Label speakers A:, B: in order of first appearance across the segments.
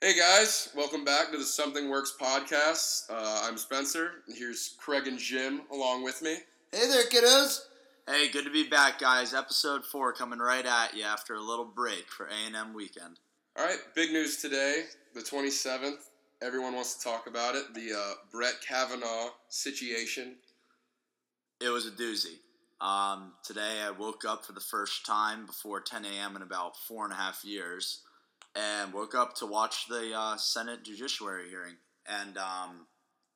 A: Hey guys, welcome back to the Something Works podcast. Uh, I'm Spencer. and Here's Craig and Jim along with me.
B: Hey there, kiddos.
C: Hey, good to be back, guys. Episode four coming right at you after a little break for A and M weekend.
A: All right, big news today, the 27th. Everyone wants to talk about it. The uh, Brett Kavanaugh situation.
C: It was a doozy. Um, today, I woke up for the first time before 10 a.m. in about four and a half years, and woke up to watch the uh, Senate Judiciary hearing, and um,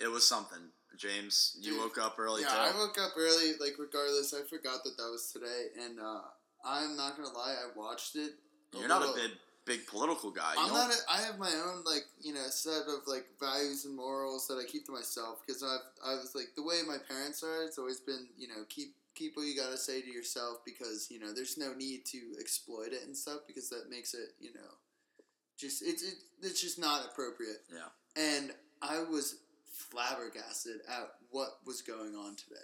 C: it was something. James, you
B: Dude,
C: woke up early
B: yeah,
C: too.
B: I woke up early. Like, regardless, I forgot that that was today, and uh, I'm not gonna lie, I watched it.
C: You're not a
B: little-
C: big, big political guy. You
B: I'm
C: don't-
B: not. A, I have my own like you know set of like values and morals that I keep to myself because I've I was like the way my parents are. It's always been you know keep keep what you gotta say to yourself because you know there's no need to exploit it and stuff because that makes it you know just it's it, it's just not appropriate.
C: Yeah.
B: And I was flabbergasted at what was going on today.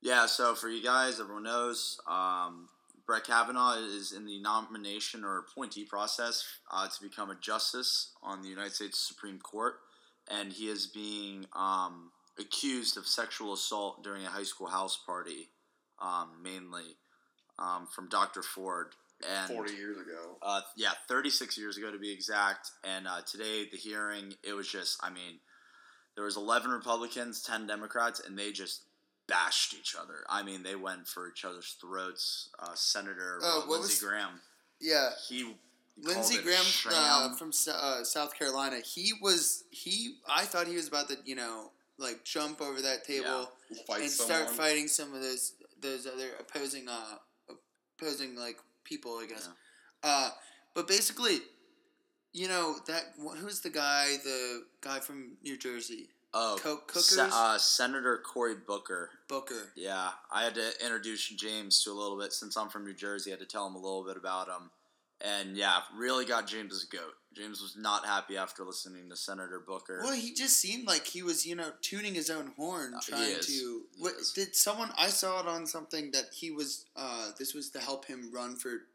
C: Yeah, so for you guys, everyone knows um, Brett Kavanaugh is in the nomination or appointee process uh, to become a justice on the United States Supreme Court, and he is being um, accused of sexual assault during a high school house party, um, mainly um, from Dr. Ford. And
A: 40 years ago.
C: uh, yeah, 36 years ago to be exact. And uh, today, the hearing, it was just, I mean, there was 11 Republicans, 10 Democrats, and they just bashed each other. I mean, they went for each other's throats. Uh, Senator
B: Uh,
C: uh,
B: what
C: Lindsey
B: was-
C: Graham,
B: Yeah,
C: he called
B: Lindsey
C: it a
B: Graham uh,
C: sham.
B: from S- uh, South Carolina. He was he. I thought he was about to you know like jump over that table
A: We'll fight
B: and
A: someone.
B: start fighting some of those those other opposing uh opposing like people. I guess. Uh, but basically, you know that who's the guy? The guy from New Jersey,
C: oh,
B: Co- Cookers
C: Se- uh, Senator Cory Booker.
B: Booker.
C: Yeah, I had to introduce James to a little bit since I'm from New Jersey. I had to tell him a little bit about him, and yeah, really got James as a goat. James was not happy after listening to Senator Booker.
B: Well, he just seemed like he was, you know, tuning his own horn,
C: Uh, he
B: trying
C: is.
B: to.
C: He
B: What,
C: is.
B: did someone? I saw it on something that he was. Uh, this was to help him run for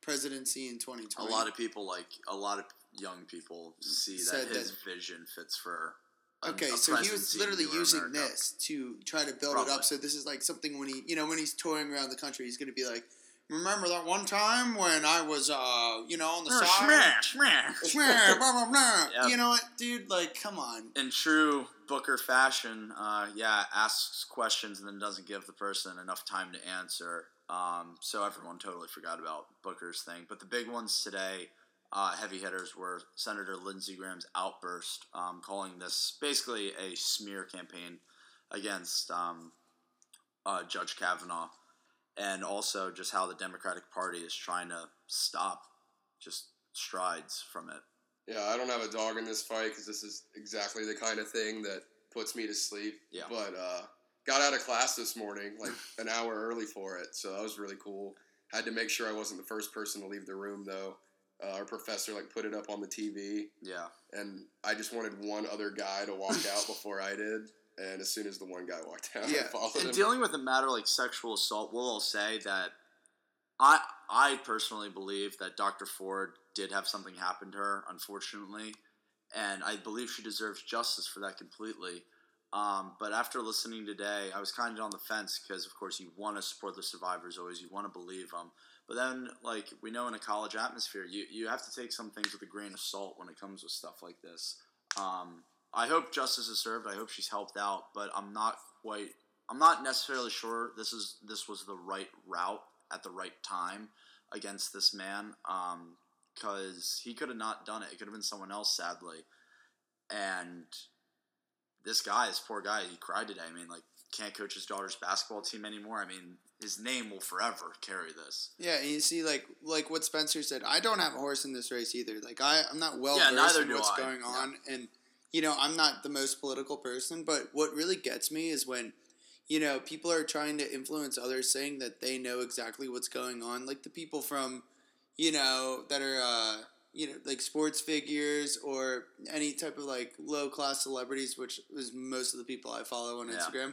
B: presidency in twenty
C: A
B: twenty.
C: lot of people, like a lot of young people, see that
B: Said
C: his
B: that-
C: vision fits for. an-
B: Okay,
C: a
B: so he was
C: presidency in
B: literally
C: newer
B: using
C: America.
B: this to try to build it up.
C: Probably.
B: So this is like something when he, you know, when he's touring around the country, he's gonna be like, "Remember that one time when I was, uh, you know, on the
C: Uh,
B: side."
C: shmeh, shmeh.
B: Blah, blah, blah.
C: Yeah.
B: You know what, dude? Like, come on.
C: In true Booker fashion, uh, yeah, asks questions and then doesn't give the person enough time to answer. Um, so everyone totally forgot about Booker's thing. But the big ones today, uh, heavy hitters, were Senator Lindsey Graham's outburst, um, calling this basically a smear campaign against um, uh, Judge Kavanaugh, and also just how the Democratic Party is trying to stop just strides from it.
A: Yeah, I don't have a dog in this fight because this is exactly the kind of thing that puts me to sleep.
C: Yeah.
A: But uh, got out of class this morning, like an hour early for it, so that was really cool. Had to make sure I wasn't the first person to leave the room though. Uh, our professor like put it up on the TV,
C: Yeah.
A: and I just wanted one other guy to walk out before I did. And as soon as the one guy walked out, I
B: Yeah,
A: followed
C: in
A: him.
C: dealing with a matter like sexual assault, we'll all say that I I personally believe that Dr. Ford did have something happen to her, unfortunately, and I believe she deserves justice for that completely. Um, but after listening today, I was kind of on the fence because, of course, you want to support the survivors always, you want to believe them. But then, like we know in a college atmosphere, you, you have to take some things with a grain of salt when it comes with stuff like this. Um, I hope justice is served. I hope she's helped out, but I'm not quite I'm not necessarily sure this is this was the right route at the right time against this man because he could have not done it. It could have been someone else, sadly. And this guy, this poor guy, he cried today. I mean, like can't coach his daughter's basketball team anymore. I mean, his name will forever carry this.
B: Yeah, and you see, like, like what Spencer said. I don't have a horse in this race either. Like, I, I'm not well
C: Yeah,
B: versed
C: neither
B: in
C: do
B: what's
C: I.
B: going on, and you know, I'm not the most political person. But what really gets me is when, you know, people are trying to influence others, saying that they know exactly what's going on. Like the people from, you know, that are, uh, you know, like sports figures or any type of like low class celebrities, which is most of the people I follow on
C: Yeah.
B: Instagram,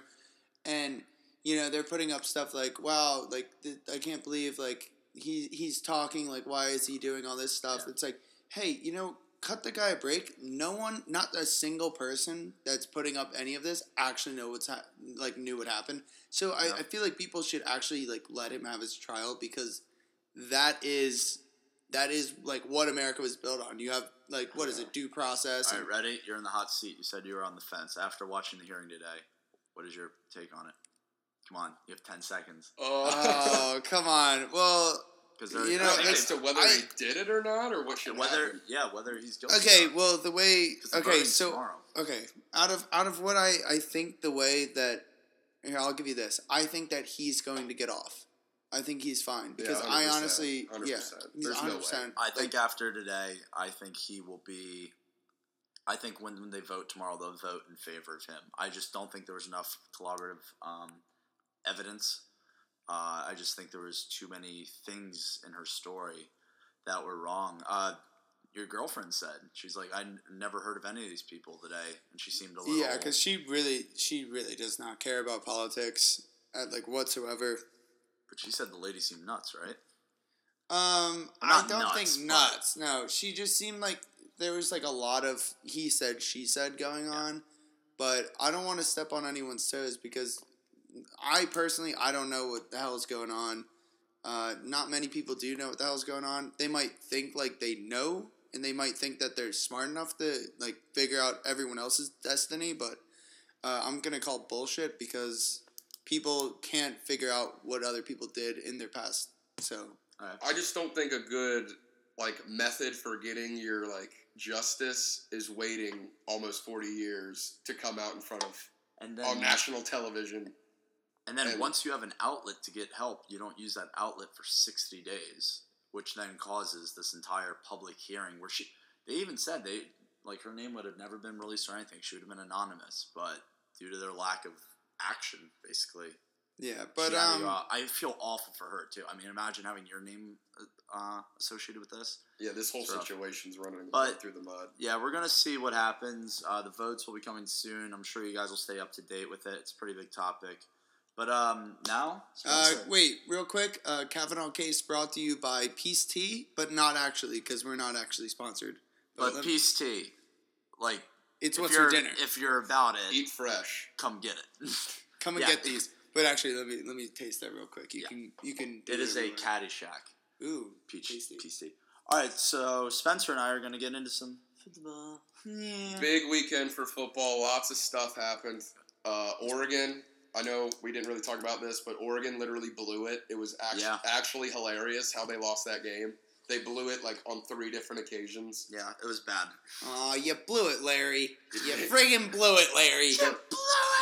B: and you know they're putting up stuff like wow like th- i can't believe like he he's talking like why is he doing all this stuff
C: Yeah.
B: it's like hey you know cut the guy a break. No one, not a single person that's putting up any of this actually know what's ha- like knew what happened. So I,
C: Yeah.
B: I feel like people should actually like let him have his trial because that is that is like what America was built on. You have like what is it due process?
C: All
B: and-
C: right, ready? You're in the hot seat. You said you were on the fence after watching the hearing today. What is your take on it? Come on, you have ten seconds.
A: Oh,
B: oh come on. Well,
C: Because
B: You know,
A: I think
B: that's-
A: as to whether
B: I-
A: he did it or not, or what should
C: whether
A: happen.
C: yeah, whether he's guilty.
B: okay. Well, the way okay, so
C: tomorrow.
B: okay out of out of what i i think the way that here i'll give you this i think that he's going to get off i think he's fine because
A: yeah,
B: i
A: 100%,
B: honestly
A: 100%.
B: yeah he's
A: there's no way.
B: 100%
C: I think after today, I think he will be. I think when, when they vote tomorrow, they'll vote in favor of him. I just don't think there was enough collaborative um, evidence. Uh, I just think there was too many things in her story that were wrong. Uh, your girlfriend said she's like I n- never heard of any of these people today, and she seemed a little
B: yeah because she really she really does not care about politics at like whatsoever
C: But she said the lady seemed nuts, right?
B: um i
C: Not
B: don't
C: nuts, but-
B: think nuts no she just seemed like there was like a lot of he said she said going on but i don't want to step on anyone's toes because i personally i don't know what the hell is going on Uh, not many people do know what the hell's going on. They might think like they know, and they might think that they're smart enough to like figure out everyone else's destiny. But uh, I'm gonna call bullshit because people can't figure out what other people did in their past. So
A: I just don't think a good like method for getting your like justice is waiting almost 40 years to come out in front of
C: And then
A: on national television.
C: And then
A: And-
C: once you have an outlet to get help, you don't use that outlet for 60 days, which then causes this entire public hearing where she, they even said they, like her name would have never been released or anything. She would have been anonymous, but due to their lack of action, basically.
B: yeah,
C: she
B: but
C: had to,
B: um,
C: uh, I feel awful for her too. I mean, imagine having your name uh, associated with this.
A: Yeah, this whole
C: It's rough.
A: situation's running
C: But-
A: through the mud.
C: Yeah, we're gonna see what happens. Uh, the votes will be coming soon. I'm sure you guys will stay up to date with it. It's a pretty big topic. But um, now,
B: uh,
C: Spencer.
B: wait, real quick. Uh, Kavanaugh case brought to you by Peace Tea, but not actually because we're not actually sponsored.
C: But
B: let-
C: peace tea, like
B: it's
C: if
B: what's for
C: you're-
B: dinner.
C: If you're about it,
A: Eat fresh.
C: come get it.
B: Come and
C: yeah.
B: get these. But actually, let me let me taste that real quick. You
C: Yeah.
B: can you can. do
C: it is a
B: whatever you want.
C: Caddyshack
B: Ooh,
C: peach
B: tasty.
C: peach tea. All right, so Spencer and I are going to get into some football. Yeah.
A: Big weekend for football. Lots of stuff happened. Uh, Oregon. I know we didn't really talk about this, but Oregon literally blew it. It was actually,
C: Yeah.
A: actually hilarious how they lost that game. They blew it like on three different occasions.
C: Yeah, it was bad.
B: Aw, you blew it, Larry. You friggin' blew it, Larry.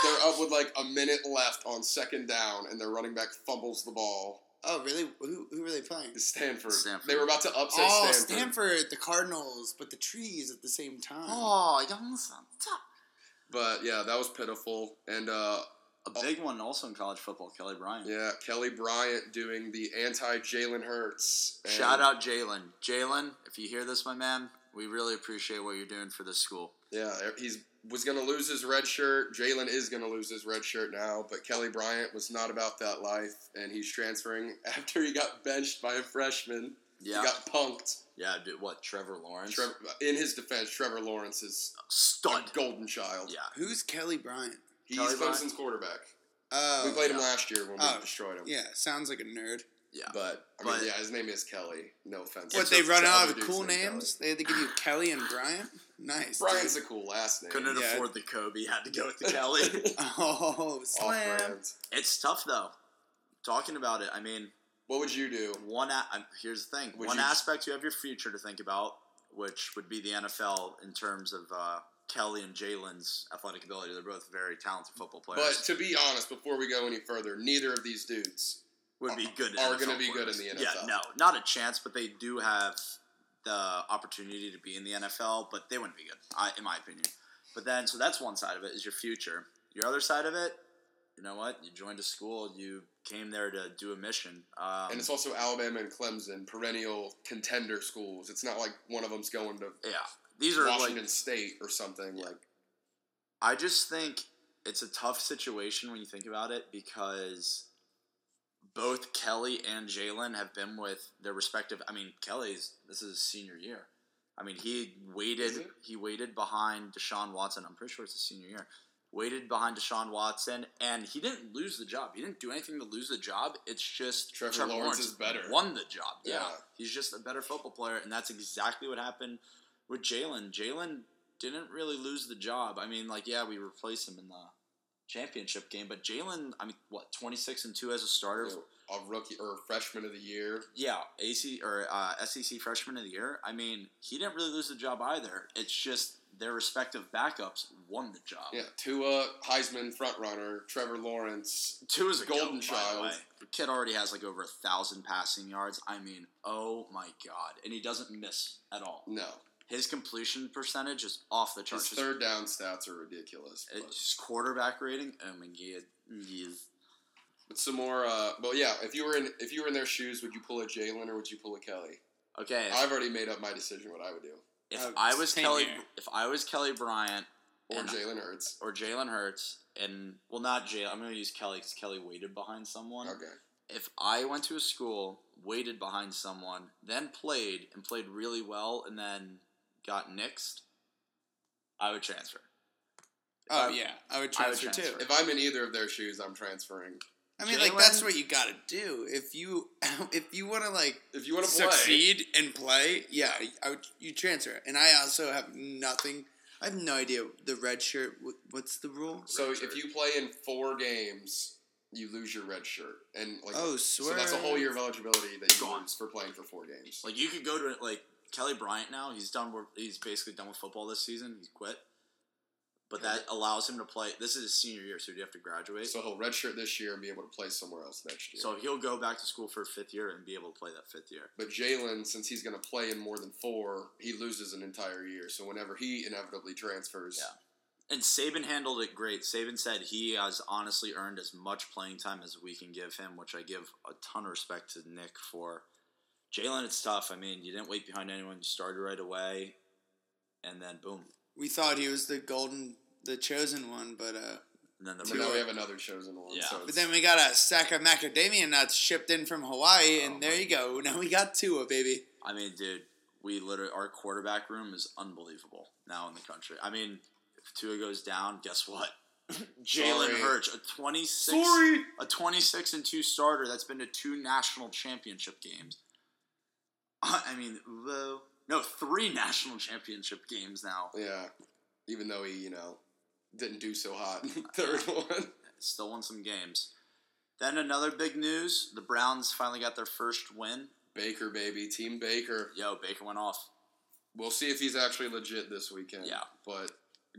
A: They're up with like a minute left on second down, and their running back fumbles the ball.
B: Oh, really? Who, who were they playing?
A: Stanford.
C: Stanford.
A: They were about to upset
B: oh,
A: Stanford.
B: Stanford, the Cardinals, but the trees at the same time.
C: Oh, young son.
A: But yeah, that was pitiful. And uh,
C: A big one also in college football, Kelly Bryant.
A: yeah, Kelly Bryant doing the anti Jalen Hurts. And
C: Shout out Jalen. Jalen, if you hear this, my man, we really appreciate what you're doing for this school.
A: Yeah, e, he's was gonna lose his red shirt. Jalen is gonna lose his red shirt now, but Kelly Bryant was not about that life, and he's transferring after he got benched by a freshman.
C: Yeah,
A: He got punked.
C: yeah. Dude, what Trevor Lawrence?
A: Trevor, in his defense, Trevor Lawrence is
C: stud.
A: a golden child.
C: Yeah,
B: Who's Kelly Bryant?
A: He's
C: Kelly Bryant.
A: Clemson's quarterback.
B: Oh,
A: we played him
C: yeah.
A: last year when we
B: Oh,
A: destroyed him.
B: Yeah, sounds like a nerd.
C: yeah.
A: But I
C: But-
A: mean, yeah, his name is Kelly. No offense.
B: What,
A: To-
B: they
A: to
B: run out
A: other
B: of
A: dudes
B: cool
A: named
B: names? They had to give you Kelly and Bryant? Nice.
A: Kelly. Brian's a
B: dude.
A: cool last name.
C: Couldn't
B: Yeah.
C: afford the Kobe. Had to go with the Kelly.
B: Oh,
A: Off
B: slam.
A: brands.
C: It's tough though. Talking about it, I mean,
A: What would you do?
C: one. A- I'm- here's the thing:
A: Would
C: one
A: you-
C: aspect you have your future to think about, which would be the NFL in terms of uh, Kelly and Jalen's athletic ability. They're both very talented football
A: But
C: players.
A: to be honest, before we go any further, neither of these dudes
C: would be good.
A: are
C: NFL
A: gonna be good in
C: players.
A: the
C: Yeah,
A: NFL.
C: no, not a chance. But they do have the opportunity to be in the NFL, but they wouldn't be good, I, in my opinion. But then, so that's one side of it is your future. Your other side of it, you know what? You joined a school. You came there to do a mission. Um,
A: and it's also Alabama and Clemson, perennial contender schools. It's not like one of them's going to
C: yeah. These are like
A: Washington State or something. Like
C: I just think it's a tough situation when you think about it because both Kelly and Jalen have been with their respective. I mean, Kelly's this is his senior year. I mean, he waited.
A: Is it?
C: He waited behind Deshaun Watson. I'm pretty sure it's his senior year. Waited behind Deshaun Watson, and he didn't lose the job. He didn't do anything to lose the job. It's just
A: Trevor Lawrence is better.
C: Won the job. Yeah.
A: Yeah.
C: he's just a better football player, and that's exactly what happened with Jalen. Jalen didn't really lose the job. I mean, like yeah, we replaced him in the championship game, but Jalen. I mean, what 26 and two as a starter
A: So, a rookie or freshman of the year.
C: yeah, AC or uh, SEC freshman of the year. I mean, he didn't really lose the job either. It's just their respective backups won the job.
A: Yeah, Tua, Heisman frontrunner, Trevor Lawrence.
C: Two is a
A: Golden
C: golden child.
A: child.
C: The kid already has like over a thousand passing yards. I mean, oh my god, and he doesn't miss at all.
A: No,
C: His completion percentage is off the
A: his
C: charts. His,
A: third down stats are ridiculous.
C: it's
A: but-
C: his quarterback rating. Oh my god, yes.
A: But some more. Uh, but yeah, if you were in if you were in their shoes, would you pull a Jalen or would you pull a Kelly?
C: Okay, if,
A: I've already made up my decision what I would do.
C: if
B: Oh,
C: I was
B: same
C: Kelly,
B: here.
C: if I was Kelly Bryant,
A: Or
C: And-
A: Jalen Hurts.
C: or Jalen Hurts, and well, not Jalen. I'm going to use Kelly because Kelly waited behind someone.
A: Okay.
C: If I went to a school, waited behind someone, then played and played really well, and then got nixed, I would transfer.
B: Oh
C: I-
B: yeah, I would
C: I would
B: transfer too.
C: transfer.
A: If I'm in either of their shoes, I'm transferring.
B: I mean, like that's
C: Jalen-
B: what you got to do if you if you want to like
A: If you want to play,
B: succeed and play. Yeah, I would, you transfer, and I also have nothing. I have no idea the red shirt. wh- What's the rule?
A: so
C: Red shirt.
A: if you play in four games, you lose your red shirt, and like
B: Oh,
A: so
B: swear.
A: that's a whole year of eligibility that you
C: Gone.
A: lose for playing for four games.
C: Like you could go to like Kelly Bryant now. He's done. with- He's basically done with football this season. He's quit. But that allows him to play. This is his senior year, so he'd have to graduate.
A: so he'll redshirt this year and be able to play somewhere else next year.
C: so he'll go back to school for fifth year and be able to play that fifth year.
A: But Jalen, since he's going to play in more than four, he loses an entire year. So whenever he inevitably transfers,
C: Yeah. And Saban handled it great. Saban said he has honestly earned as much playing time as we can give him, which I give a ton of respect to Nick for. Jalen, it's tough. I mean, you didn't wait behind anyone. You started right away, and then boom.
B: We thought he was the golden, the chosen one, but uh,
C: And then the
A: but now we have another chosen one.
C: Yeah.
A: So
B: but
A: it's-
B: then we got a sack of macadamia nuts shipped in from Hawaii,
C: Oh
B: and there you go. Now we got Tua, baby.
C: I mean, dude, we literally our quarterback room is unbelievable now in the country. I mean, if Tua goes down, guess what? Jalen
A: Sorry.
C: Hurts, a twenty six, a twenty six and two starter that's been to two national championship games. I mean, whoa. no, three national championship games now.
A: yeah, even though he, you know, didn't do so hot in the third one.
C: Still won some games. Then another big news: the Browns finally got their first win.
A: Baker, baby, Team Baker.
C: Yo, Baker went off.
A: We'll see if he's actually legit this weekend.
C: Yeah.
A: but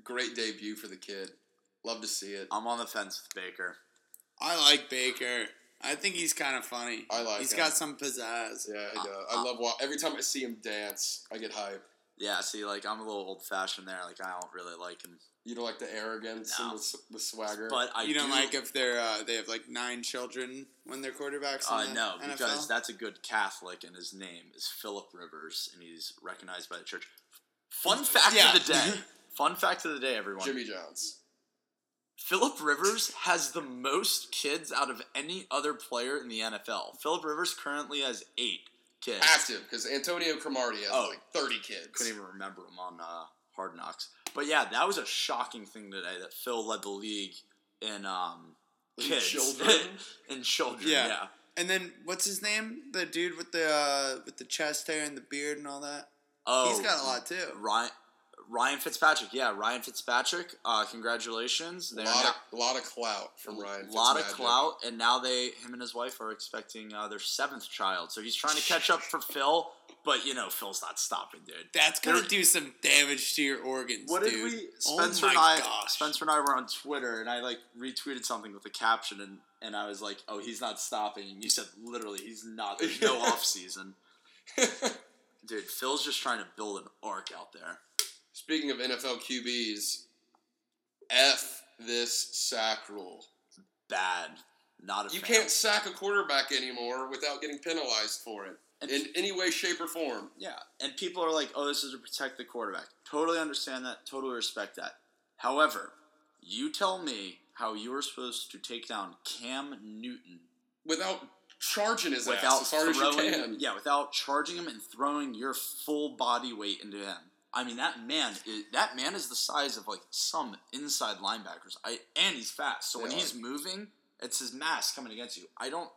A: great debut for the kid. Love to see it.
C: I'm on the fence with Baker.
B: I like Baker. I think he's kind of funny.
A: I like
B: He's
A: him.
B: got some pizzazz.
A: Yeah, he
C: Uh,
A: does.
C: uh.
A: I love. Wa- Every time I see him dance, I get hype.
C: Yeah, see, like I'm a little old fashioned there. Like I don't really like him,
A: You know, like the arrogance
C: No.
A: and the, s- the swagger.
C: but I
B: you don't
C: do,
B: like if they're uh, they have like nine children when they're quarterbacks.
C: Uh,
B: in the
C: no,
B: NFL?
C: because that's a good Catholic, and his name is Philip Rivers, and he's recognized by the church. Fun fact
B: Yeah.
C: of the day. Fun fact of the day, everyone.
A: Jimmy John's.
C: Philip Rivers has the most kids out of any other player in the NFL. Philip Rivers currently has eight kids.
A: active because Antonio Cromartie has
C: Oh.
A: like 30 kids.
C: couldn't even remember him on uh, Hard Knocks. But yeah, that was a shocking thing today that Phil led the league in um,
A: In
C: kids
A: children?
C: in children.
B: Yeah.
C: yeah.
B: And then what's his name? The dude with the uh, with the chest hair and the beard and all that.
C: Oh,
B: He's got a lot too.
C: Ryan, Ryan Fitzpatrick. Yeah, Ryan Fitzpatrick. Uh, congratulations.
A: A
C: They're
A: lot,
C: now-
A: of, lot of clout from Ryan.
C: lot of
A: Fitzmagic.
C: clout, and now they, him and his wife, are expecting uh, their seventh child. So he's trying to catch up for Phil, but you know Phil's not stopping, dude.
B: That's gonna
C: There-
B: do some damage to your organs.
C: What did
B: dude.
C: we?
B: Oh
C: Spencer
B: my
C: and I.
B: gosh.
C: Spencer and I were on Twitter, and I like retweeted something with a caption, and and I was like, "Oh, he's not stopping." And you said, "Literally, he's not. There's no off season." Dude, Phil's just trying to build an arc out there.
A: Speaking of NFL QBs, F this sack rule.
C: Bad. Not a
A: You
C: fan.
A: can't sack a quarterback anymore without getting penalized for it
C: And-
A: in any way, shape, or form.
C: Yeah, and people are like, "Oh, this is to protect the quarterback." Totally understand that. Totally respect that. However, you tell me how you were supposed to take down Cam Newton
A: Without charging his
C: without
A: ass as hard
C: throwing,
A: as you can.
C: yeah, without charging him and throwing your full body weight into him. I mean, that man, is, that man is the size of like some inside linebackers. I and he's fast, so when
A: Yeah.
C: he's moving, it's his mass coming against you. I don't.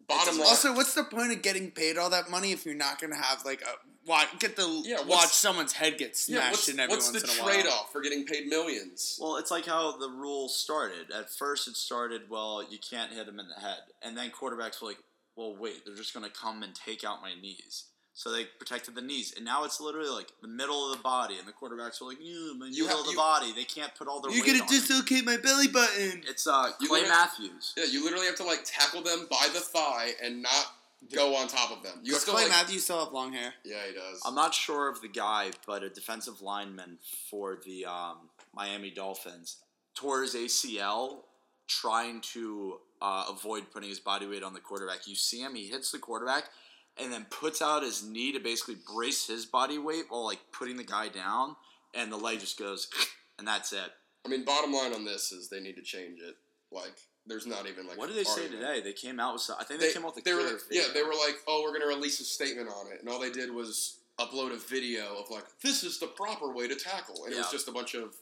A: Bottom
C: it's-
A: line,
B: Also, what's the point of getting paid all that money if you're not gonna have like a watch? Get the
A: Yeah, what's-
B: watch someone's head get
A: yeah,
B: smashed
A: what's,
B: in every
A: what's the
B: once in a while.
A: trade off for getting paid millions?
C: Well, it's like how the rule started. At first, it started well, you can't hit him in the head, and then quarterbacks were like, well, wait, they're just gonna come and take out my knees. So they protected the knees, and now it's literally like the middle of the body, and the quarterbacks are like, "Yeah, my
A: You
C: middle
A: have-
C: of the
A: you-
C: body, they can't put all their
B: You're
C: weight
B: gonna
C: on it."
B: dislocate my belly button.
C: It's uh,
A: You
C: Clay
A: literally-
C: Matthews.
A: yeah, you literally have to like tackle them by the thigh and not go on top of them. You
B: Does
A: have to
B: Clay
A: like,
B: Matthews still have long hair?
A: yeah, he does.
C: I'm not sure of the guy, but a defensive lineman for the um, Miami Dolphins tore his ACL trying to uh, avoid putting his body weight on the quarterback. You see him; he hits the quarterback and then puts out his knee to basically brace his body weight while like putting the guy down, and the leg just goes, and that's it.
A: I mean, bottom line on this is they need to change it. Like, there's not even like.
C: what did they say
A: argument.
C: today? They came out with some, I think they,
A: They,
C: came out with a
A: they were
C: clear
A: like, yeah,
C: video.
A: they were like, oh, we're gonna release a statement on it, and all they did was upload a video of like, this is the proper way to tackle, and it was
C: Yeah.
A: just a bunch of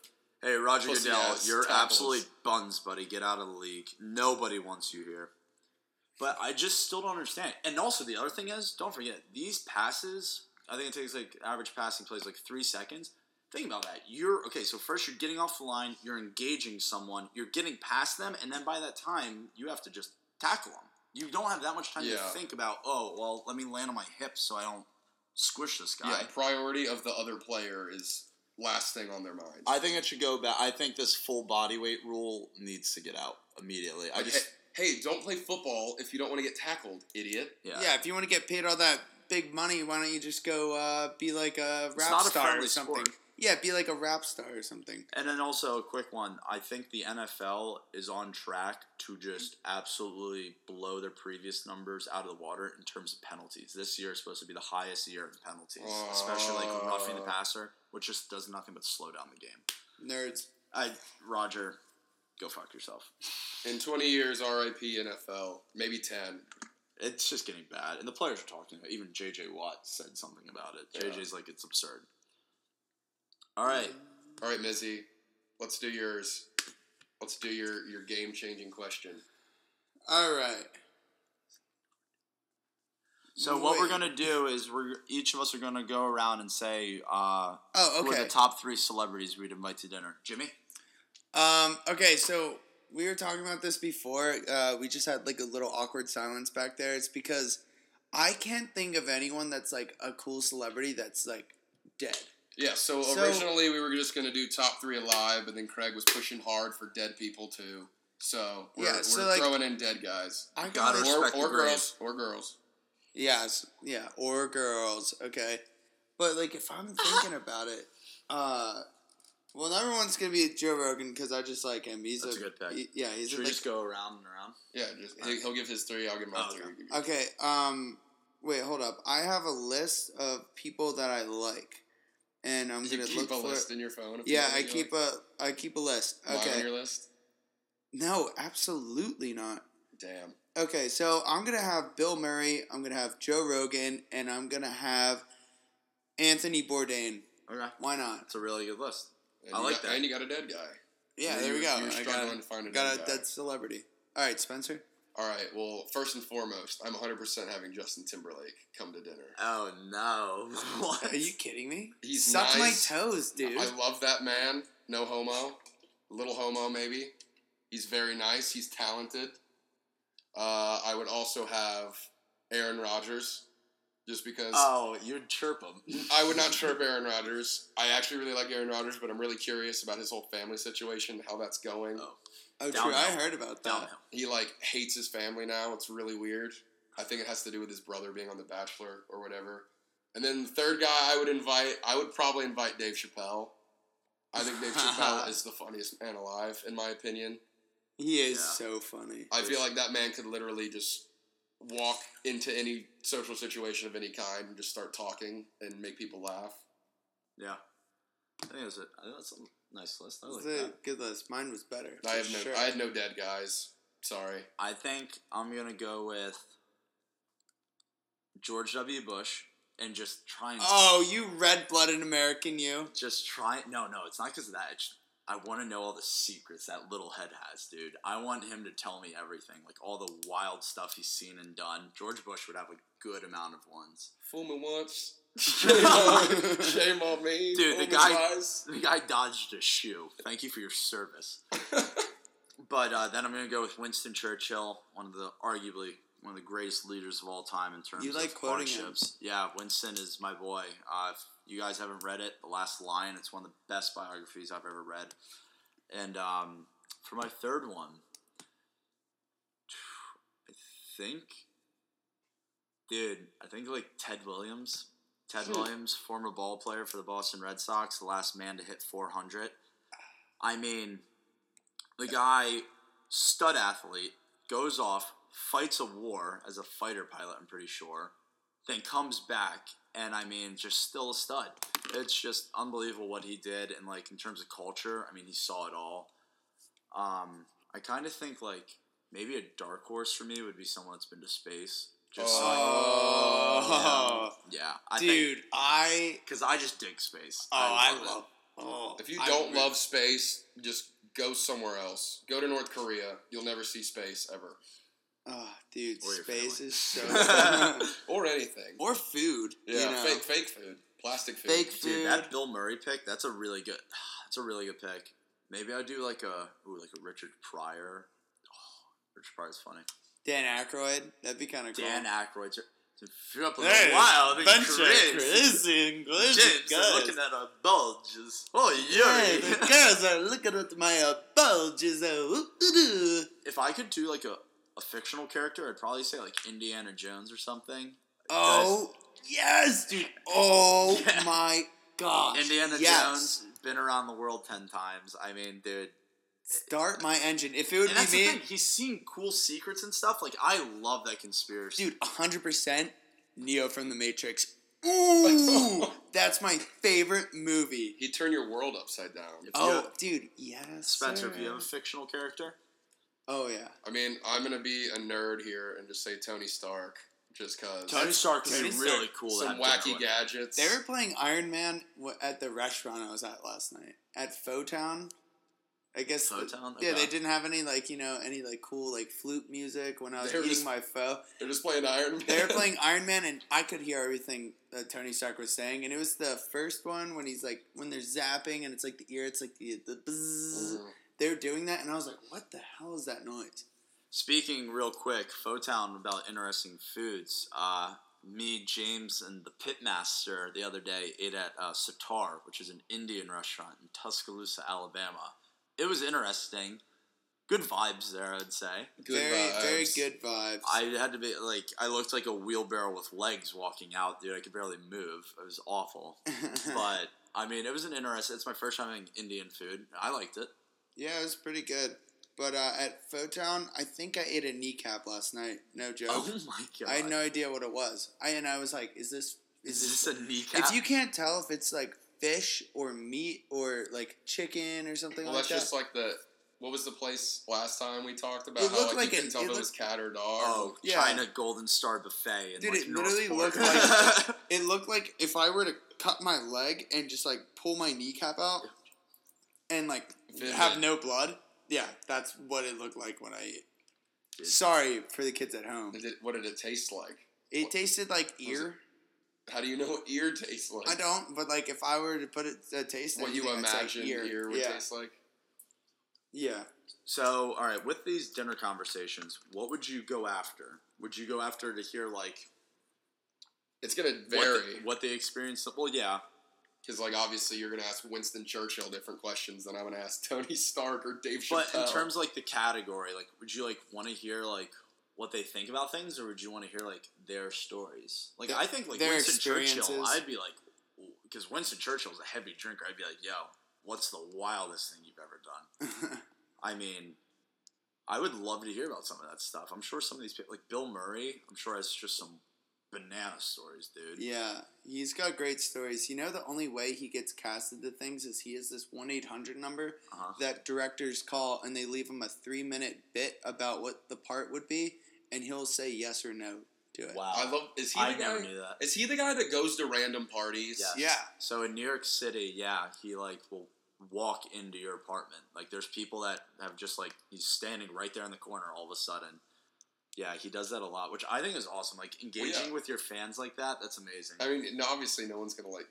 C: Hey, Roger
A: Pussy
C: Goodell,
A: ass
C: you're
A: tackles.
C: absolutely buns, buddy. Get out of the league. Nobody wants you here. But I just still don't understand. And also, the other thing is, don't forget, these passes, I think it takes like average passing plays like three seconds. Think about that. You're okay, so first you're getting off the line, you're engaging someone, you're getting past them, and then by that time, you have to just tackle them. You don't have that much time to
A: Yeah.
C: think about, oh, well, let me land on my hips so I don't squish this guy.
A: yeah, priority of the other player is last thing on their mind.
C: I think it should go back. I think this full body weight rule needs to get out immediately. I
A: Like,
C: just
A: hey, hey, don't play football if you don't want to get tackled, idiot.
C: yeah.
B: Yeah. if you want to get paid all that big money, why don't you just go uh, be like a rap
C: not a
B: star or
C: friendly
B: something?
C: sport.
B: Yeah, be like a rap star or something.
C: And then also a quick one. I think the NFL is on track to just absolutely blow their previous numbers out of the water in terms of penalties. This year is supposed to be the highest year in penalties, especially like roughing the
A: Oh.
C: passer, which just does nothing but slow down the game.
B: Nerds.
C: I Roger, go fuck yourself.
A: In 20 years, RIP NFL, maybe 10.
C: It's just getting bad, and the players are talking about. it. Even JJ Watt said something about it.
A: Yeah.
C: JJ's like it's absurd. All right.
A: All right, Mizzy, let's do yours. Let's do your, your game changing question.
B: All right.
C: So what we're
B: Mm, Wait.
C: gonna do is we're each of us are gonna go around and say uh,
B: Oh,
C: who are
B: okay.
C: the top three celebrities we'd invite to dinner. Jimmy,
B: Um, okay, so we were talking about this before. Uh, we just had like a little awkward silence back there. It's because I can't think of anyone that's like a cool celebrity that's like dead.
A: Yeah, so,
B: So-
A: originally we were just going to do top three alive, but then Craig was pushing hard for dead people too. So we're,
B: Yeah, so,
A: we're
B: like-
A: throwing in dead guys.
B: I
C: Gotta
B: gotta-
A: Or,
C: respect the
A: or
C: grave.
A: girls. Or girls.
B: Yes, yeah, or girls, okay. But like, if I'm thinking about it, uh, well, number one's gonna be Joe Rogan because I just like him. He's
C: That's a good pick.
B: he- yeah, he's a,
C: should we
B: like,
C: just go around and around?
A: Yeah, just, he- he'll give his three, I'll give my
C: Oh,
A: three.
C: okay.
A: you give yours.
B: Okay, um wait, hold up. I have a list of people that I like. And I'm
A: Do you
B: gonna
A: keep
B: look
A: a
B: for
A: list in your phone? if you
B: Yeah,
A: want?
B: I
A: You
B: keep
A: like
B: a I keep a list.
A: mine on
B: Okay.
A: your list?
B: No, absolutely not.
A: Damn.
B: Okay, so I'm gonna have Bill Murray, I'm gonna have Joe Rogan, and I'm gonna have Anthony Bourdain.
C: Okay,
B: Why not?
C: that's a really good list.
A: And
C: I
A: you
C: like
A: got-
C: that.
A: And you got a dead guy.
B: Yeah,
A: You-
B: there we go.
A: You're
B: I
A: struggling
B: got,
A: to find a
B: got
A: dead
B: a
A: guy.
B: dead celebrity. All right, Spencer.
A: All right. Well, first and foremost, I'm 100% having Justin Timberlake come to dinner.
C: Oh no! what?
B: Are you kidding me?
A: He's
B: Suck
A: nice.
B: my toes, dude.
A: I love that man. No homo. Little homo, maybe. He's very nice. He's talented. Uh, I would also have Aaron Rodgers, just because
C: Oh, you'd chirp him.
A: I would not chirp Aaron Rodgers. I actually really like Aaron Rodgers, but I'm really curious about his whole family situation, how that's going.
C: Oh.
B: oh, true.
C: Downhill.
B: I heard about that.
C: Downhill.
A: He like hates his family now. It's really weird. I think it has to do with his brother being on The Bachelor or whatever. And then the third guy I would invite, I would probably invite Dave Chappelle. I think Dave Chappelle is the funniest man alive, in my opinion.
B: He is
C: Yeah.
B: so funny.
A: I feel like that man could literally just walk into any social situation of any kind and just start talking and make people laugh.
C: Yeah, I think that's a that's a nice list. I like
B: It's
C: that.
B: a good list. Mine was better.
A: I
B: for
A: have no,
B: sure.
A: I had no dead guys. Sorry.
C: I think I'm gonna go with George W. Bush and just try and
B: Oh, you red blooded American, you.
C: just try. No, no, it's not because of that. It's, I want to know all the secrets that little head has, dude. I want him to tell me everything, like all the wild stuff he's seen and done. George Bush would have a good amount of ones.
A: Fool me once. Shame on, shame on me.
C: Dude,
A: fool me
C: the guy-
A: twice.
C: The guy dodged a shoe. Thank you for your service. but uh, then I'm gonna go with Winston Churchill, one of the arguably one of the greatest leaders of all time in terms
B: You like
C: of
B: quoting him.
C: hardships. Yeah, Winston is my boy. Uh, if you guys haven't read it, The Last Lion. It's one of the best biographies I've ever read. And um, for my third one, I think, dude, I think like Ted Williams. Ted
A: Hmm.
C: Williams, former ball player for the Boston Red Sox, the last man to hit 400. I mean, the guy, stud athlete, goes off, fights a war as a fighter pilot, I'm pretty sure, then comes back, and I mean, just still a stud. It's just unbelievable what he did, and like in terms of culture, I mean, he saw it all. Um, I kind of think like maybe a dark horse for me would be someone that's been to space. Just
B: Oh.
C: like, yeah, I
B: Dude, I.
C: because I just dig space.
B: Oh, I love.
C: it.
B: Oh,
A: If you
B: I
A: don't
B: re-
A: love space, just go somewhere else. Go to North Korea. You'll never see space ever.
B: Oh, dude,
C: Or your
B: space
C: family.
B: is so. fun.
A: Or anything.
B: or food.
A: yeah,
B: you know.
A: fake, fake food. Plastic food.
B: Fake food.
C: Dude, that Bill Murray pick, that's a really good that's a really good pick. Maybe I do like a ooh, like a Richard Pryor. Oh, Richard Pryor's funny.
B: Dan Aykroyd. That'd be kind of cool.
C: Dan Aykroyd's if you're up a little wild and crazy.
B: English
C: James are looking at our bulges. Oh yeah.
B: girls are looking at my uh, bulges. Oh, ooh-doo-doo.
C: if I could do like a, a fictional character, I'd probably say like Indiana Jones or something.
B: oh yes, dude. Oh
C: Yeah.
B: my gosh.
C: Indiana
B: Uh, yes.
C: Jones been around the world ten times. I mean, dude,
B: Start my engine. If it would
C: And that's
B: be
C: the
B: me,
C: thing. He's seen cool secrets and stuff. Like I love that conspiracy.
B: dude, hundred percent Neo from the Matrix. Ooh, that's my favorite movie.
A: He'd turn your world upside down.
C: If
B: Oh,
C: you-
B: dude, yes.
C: Spencer,
B: sir.
C: if you have a fictional character,
B: Oh yeah.
A: I mean, I'm gonna be a nerd here and just say Tony Stark, just cause
C: Tony Stark would be
B: Tony Stark.
C: really cool. to
A: some
C: have dinner
A: wacky
C: with.
A: gadgets.
B: They were playing Iron Man w- at the restaurant I was at last night at Fotown. I guess. the-
C: Photon?
B: Yeah,
C: Okay.
B: they didn't have any like you know any like cool like flute music when I was
A: They were
B: eating
A: just-
B: my pho.
A: They're just playing Iron Man.
B: They were playing Iron Man, and I could hear everything that Tony Stark was saying. And it was the first one when he's like when they're zapping, and it's like the ear, it's like the the. Bzzz.
A: Mm.
B: They were doing that, and I was like, "What the hell is that noise?"
C: Speaking real quick, Photown about interesting foods. Uh, me, James, and the pitmaster the other day ate at uh, Sitar, which is an Indian restaurant in Tuscaloosa, Alabama. It was interesting. Good vibes there, I'd say.
A: Good
B: very very
A: vibes.
B: good vibes.
C: I had to be like, I looked like a wheelbarrow with legs walking out, dude. I could barely move. It was awful. but I mean, it was an interesting. It's my first time having Indian food. I liked it.
B: yeah, it was pretty good. But uh, at Photown, I think I ate a kneecap last night. No joke.
C: Oh my god!
B: I had no idea what it was. I and I was like, "Is this
C: Is
B: is
C: this a kneecap?
B: If you can't tell if it's like fish or meat or like chicken or something
A: Well, that's
B: like that,
A: just like the what was the place last time we talked about?
B: It
A: how
B: looked
A: like,
B: like
A: you couldn't
B: it-
A: tell
B: it
A: if it
B: looked-
A: was cat or dog.
C: oh,
B: Yeah.
C: China Golden Star buffet. In,
B: Dude,
C: like,
B: it literally
C: Northport.
B: looked like- it looked like if I were to cut my leg and just like pull my kneecap out and like
A: Vivid.
B: have no blood. Yeah, that's what it looked like when I ate.
C: Dude.
B: Sorry for the kids at home.
A: Did it- what did it taste like?
B: It tasted like ear.
A: How do you know what ear tastes like?
B: I don't, but like if I were to put it a taste, in
A: What you
B: anything, I'd say
A: imagine ear. would
B: yeah,
A: taste like?
B: yeah.
C: so, all right, with these dinner conversations, what would you go after? Would you go after to hear like
A: It's gonna
C: what the-
A: vary
C: what they experienced? Well, yeah,
A: because, like, obviously, you're gonna ask Winston Churchill different questions than I'm gonna ask Tony Stark or Dave
C: But
A: Chappelle.
C: in terms of like the category, like would you like want to hear like what they think about things, or would you want to hear like their stories? Like
B: Their-
C: I think like
B: their
C: Winston Churchill,
B: experiences.
C: I'd be like, because Winston Churchill was a heavy drinker. I'd be like, yo, what's the wildest thing you've ever done? I mean, I would love to hear about some of that stuff. I'm sure some of these people, like Bill Murray, I'm sure has just some banana stories, dude.
B: Yeah, he's got great stories. You know, the only way he gets casted to things is he has this 1 800 number
C: Uh-huh.
B: that directors call and they leave him a three minute bit about what the part would be, and he'll say yes or no to do it.
C: Wow.
A: I love. Is he
C: I
A: the guy?
C: never knew that.
A: Is he the guy that goes to random parties?
C: Yeah.
B: Yeah.
C: So in New York City, yeah, he like will walk into your apartment. Like there's people that have just like he's standing right there in the corner all of a sudden. Yeah, he does that a lot, which I think is awesome. Like engaging
A: yeah.
C: with your fans like that, that's amazing.
A: I mean, no, obviously, no one's gonna like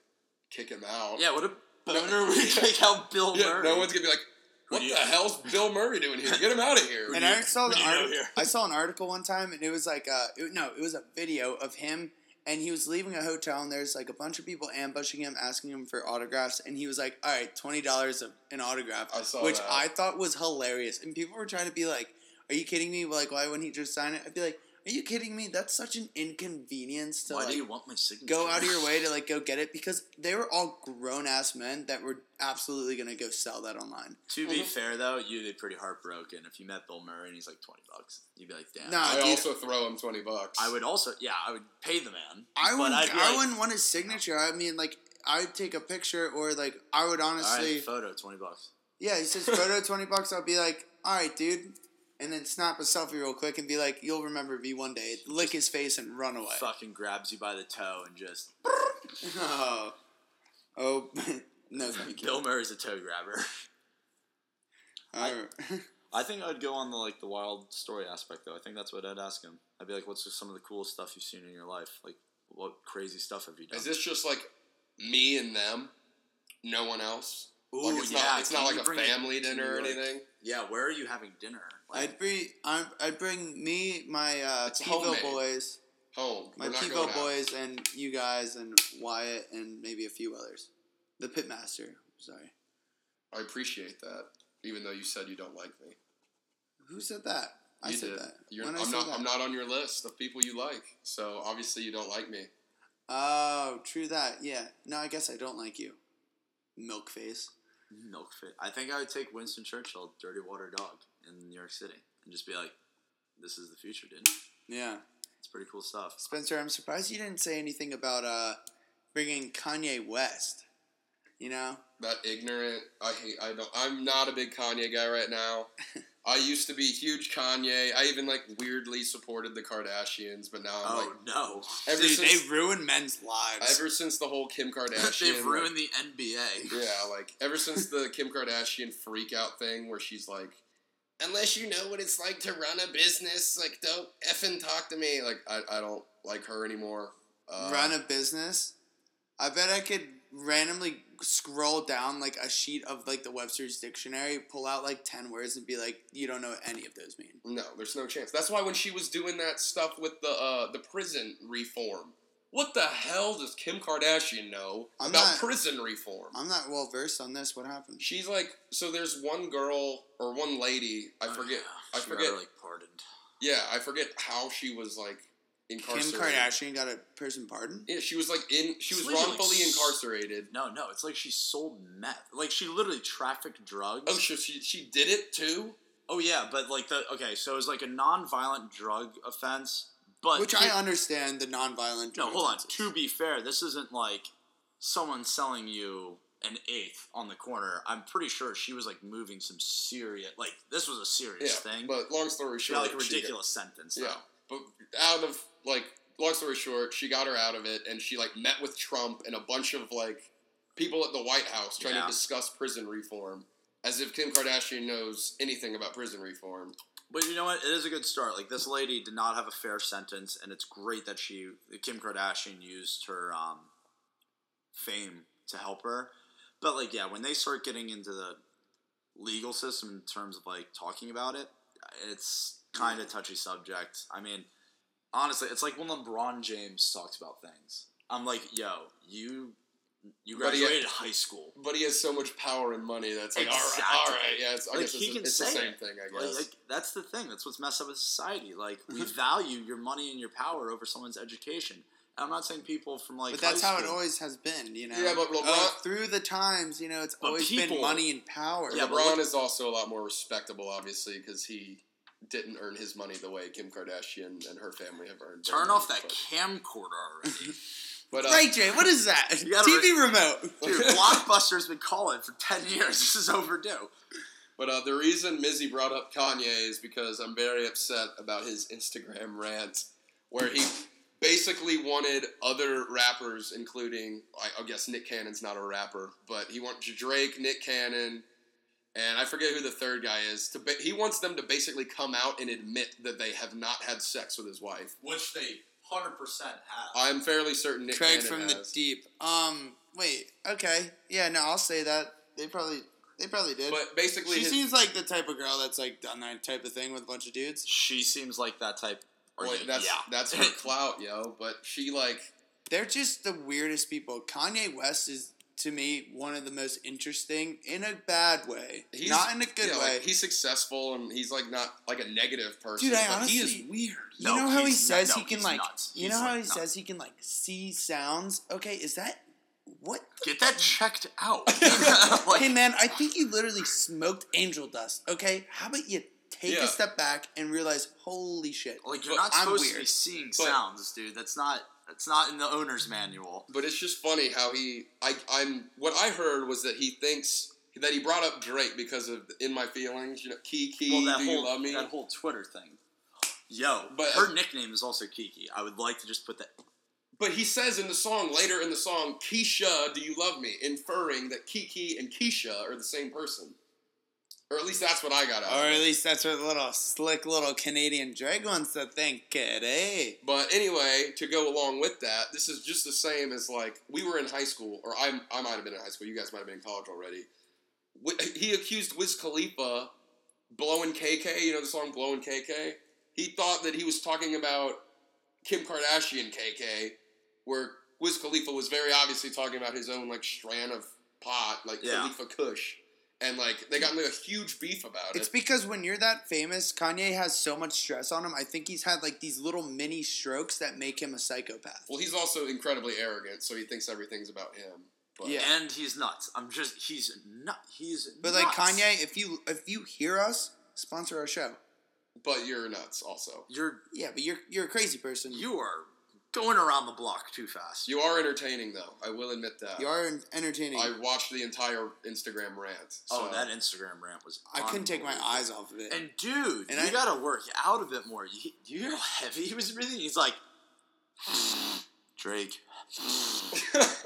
A: kick him out.
C: yeah, what a boner we take out Bill
A: Yeah,
C: Murray.
A: no one's gonna be like, "What
C: do
A: the
C: you-
A: hell's Bill Murray doing here? Get him out of here!"
B: And I saw
C: who
B: the
C: do you know
B: article.
C: here?
B: I saw an article one time, and it was like, uh, it, no, it was a video of him, and he was leaving a hotel, and there's like a bunch of people ambushing him, asking him for autographs, and he was like, "All right, twenty dollars an autograph,"
A: I saw
B: which
A: that.
B: I thought was hilarious, and people were trying to be like, "Are you kidding me? Like, why wouldn't he just sign it?" I'd be like, "Are you kidding me? That's such an inconvenience to
C: Why
B: like,
C: do you want my signature?
B: go out of your way to like go get it because they were all grown ass men that were absolutely gonna go sell that online."
C: to be
A: Mhm.
C: fair though, you'd be pretty heartbroken if you met Bill Murray and he's like twenty bucks. You'd be like, damn.
B: No.
A: I
B: dude.
A: also throw him twenty bucks.
C: I would also, yeah, I would pay the man.
B: I
C: but
B: wouldn't.
C: I'd be
B: I
C: like,
B: wouldn't want his signature. I mean, like, I would take a picture, or like, I would
C: "All right,
B: honestly.
C: photo twenty bucks.
B: yeah, he says photo twenty bucks. I'll be like, all right, dude, and then snap a selfie real quick and be like, you'll remember me one day. Lick his face and run away.
C: Fucking grabs you by the toe and just
B: Oh, oh, no, thank you.
C: Bill Murray's a toe grabber.
B: All right.
C: I think I'd go on the like the wild story aspect though. I think that's what I'd ask him. I'd be like, "What's some of the coolest stuff you've seen in your life? Like, what crazy stuff have you done?"
A: Is this just like me and them? No one else.
C: Ooh,
A: like it's not. It's
C: can
A: not
C: you
A: like a
C: bring it
A: family
C: to,
A: dinner or
C: like-
A: anything.
C: Yeah, where are you having dinner? Like,
B: I'd bring. I'm, I'd bring me, my uh,
A: It's
B: Pivo
A: homemade.
B: boys,
A: Home.
B: my
A: Oh, We're not
B: Pivo
A: going out.
B: boys, and you guys, and Wyatt, and maybe a few others. The pitmaster. Sorry,
A: I appreciate that, even though you said you don't like me.
B: who said that? I
A: You
B: said
A: did.
B: that.
A: You're,
B: When I
A: I'm
B: said
A: not.
B: that.
A: I'm not on your list of people you like. So obviously you don't like me.
B: Oh, true that. Yeah. No, I guess I don't like you. Milk face.
C: milk fit. I think I would take Winston Churchill, Dirty Water Dog, in New York City, and just be like, "This is the future, dude.
B: Yeah.
C: It's pretty cool stuff."
B: Spencer, I'm surprised you didn't say anything about uh bringing Kanye West. You know?
A: That ignorant. I hate. I don't. I'm not a big Kanye guy right now. I used to be huge Kanye. I even like weirdly supported the Kardashians, but now I'm
C: Oh
A: like
C: no!
A: ever
B: Dude,
A: since
B: they ruin men's lives.
A: ever since the whole Kim Kardashian. like,
C: They've ruined the NBA.
A: Yeah, like ever since the Kim Kardashian freak out thing where she's like, unless you know what it's like to run a business, like don't effing talk to me. Like I, I don't like her anymore. Uh,
B: Run a business. I bet I could randomly scroll down like a sheet of like the Webster's dictionary, pull out like 10 words and be like, you don't know what any of those mean.
A: No, there's no chance. That's why when she was doing that stuff with the uh, the prison reform, what the hell does Kim Kardashian know
B: I'm
A: about
B: not-
A: prison reform?
B: I'm not well versed on this. What happened?
A: She's like, so there's one girl or one lady, I forget,
C: Oh,
A: I
C: she got
A: forget.
C: her, like pardoned.
A: yeah, I forget how she was like
B: Kim
A: incarcerated.
B: Kardashian got a person pardon?
A: Yeah, she was like in. She was
C: It's literally
A: wrongfully
C: like s-
A: incarcerated.
C: No, no, it's like she sold meth. Like she literally trafficked drugs.
A: Oh, she, she she did it too.
C: Oh yeah, but like the okay, so it was like a non-violent drug offense, but
B: Which I understand the nonviolent.
C: no, hold on.
B: offenses.
C: To be fair, this isn't like someone selling you an eighth on the corner. I'm pretty sure she was like moving some serious, like this was a
A: Yeah,
C: serious thing.
A: but long story
C: she
A: short,
C: got like a
A: she got-
C: ridiculous sentence. Though.
A: yeah, but out of like long story short, she got her out of it, and she like met with Trump and a bunch of like people at the White House trying
C: Yeah.
A: to discuss prison reform, as if Kim Kardashian knows anything about prison reform.
C: But you know what? It is a good start. Like this lady did not have a fair sentence, and it's great that she Kim Kardashian used her um, fame to help her. But like, yeah, when they start getting into the legal system in terms of like talking about it, it's kind of touchy subject. I mean, honestly, it's like when LeBron James talks about things. I'm like, yo, you you
A: But he-
C: graduated high school.
A: But he has so much power and money that's like
C: Exactly.
A: all right, all right, yeah. It's, I
C: Like,
A: guess
C: he
A: it's,
C: can
A: it's the
C: say
A: same
C: it.
A: thing. I
C: Like,
A: guess.
C: like, that's the thing. That's what's messed up with society. Like we value your money and your power over someone's education. And I'm not saying people from like.
B: but that's
C: high
B: how it
C: school-
B: always has been, you know.
A: Yeah, but
B: Uh,
A: LeBron-
B: through the times, you know, it's
C: But
B: always been
C: people-
B: money and power.
C: Yeah, but
A: LeBron
C: look-
A: is also a lot more respectable, obviously, because he didn't earn his money the way Kim Kardashian and her family have earned. their
C: Turn off
A: money,
C: that camcorder already.
A: But, but, uh,
B: Ray J, what is that?
C: You gotta
B: TV remote.
C: Dude, Blockbuster's been calling for ten years. This is overdue.
A: but uh, the reason Mizzy brought up Kanye is because I'm very upset about his Instagram rant where he basically wanted other rappers, including I, I guess Nick Cannon's not a rapper, but he wants Drake, Nick Cannon, and I forget who the third guy is. To ba- he wants them to basically come out and admit that they have not had sex with his wife.
D: which they hundred percent have.
A: I'm fairly certain Nick
B: Craig
A: Cannon
B: from the
A: has.
B: deep. Um, wait. Okay. Yeah. No, I'll say that they probably they probably did.
A: but basically,
B: she
A: his-
B: seems like the type of girl that's like done that type of thing with a bunch of dudes.
C: She seems like that type. Or
A: Well,
C: you-
A: that's
C: yeah.
A: that's her clout, yo. But she like
B: They're just the weirdest people. Kanye West is to me one of the most interesting in a bad way,
A: he's
B: not in a
A: you
B: good
A: know,
B: way.
A: like, he's successful and he's like not like a negative person.
B: Dude, I
A: but he is
B: honestly-
A: weird.
B: you
C: No,
B: know how he
C: he's nu-
B: says
C: no,
B: he can
C: he's
B: like.
C: nuts.
B: You
C: He's,
B: know how
C: like,
B: he
C: nuts.
B: says he can like see sounds. Okay, is that what?
C: Get that checked out.
B: hey
C: like,
B: man, I think you literally smoked angel dust. Okay, how about you take
A: Yeah.
B: a step back and realize, holy shit,
C: like, you're
A: But
C: not
B: I'm
C: supposed to be
B: weird.
C: seeing
A: But-
C: sounds, dude. That's not that's not in the owner's manual.
A: But it's just funny how he I I'm what I heard was that he thinks that he brought up Drake because of in my feelings, you know, Kiki,
C: Well, that
A: do
C: whole
A: you love me?
C: that whole Twitter thing. Yo,
A: But-
C: her nickname is also Kiki. I would like to just put that.
A: But he says in the song later in the song, Keisha, do you love me? Inferring that Kiki and Keisha are the same person. Or at least that's what I got out
B: Or
A: of
B: at
A: it.
B: least that's what the little slick little Canadian drag wants to think it, eh?
A: But anyway, to go along with that, this is just the same as like we were in high school, or I, I might have been in high school. You guys might have been in college already. Wi- He accused Wiz Khalifa blowing KK. You know the song "Blowing KK." He thought that he was talking about Kim Kardashian KK, where Wiz Khalifa was very obviously talking about his own like strand of pot, like
C: Yeah.
A: Khalifa Kush, and like they got into a huge beef about
B: It's
A: it.
B: because when you're that famous, Kanye has so much stress on him. I think he's had like these little mini strokes that make him a psychopath.
A: Well, he's also incredibly arrogant, so he thinks everything's about him. But
B: Yeah.
C: And he's nuts. I'm just he's nut. He's
B: But like
C: nuts.
B: Kanye, if you if you hear us, sponsor our show.
A: but you're nuts also.
C: you're
B: Yeah, but you're you're a crazy person.
C: you are going around the block too fast.
A: You are entertaining, though. I will admit that.
B: You are en- entertaining.
A: I
B: I,
A: watched the entire Instagram rant. So.
C: oh, that Instagram rant was.
B: couldn't take my
C: unbelievable.
B: eyes off of it.
C: And dude,
B: And
C: you
B: I-
C: gotta work out a bit more. You, do you hear how heavy he was breathing? He's like, Drake,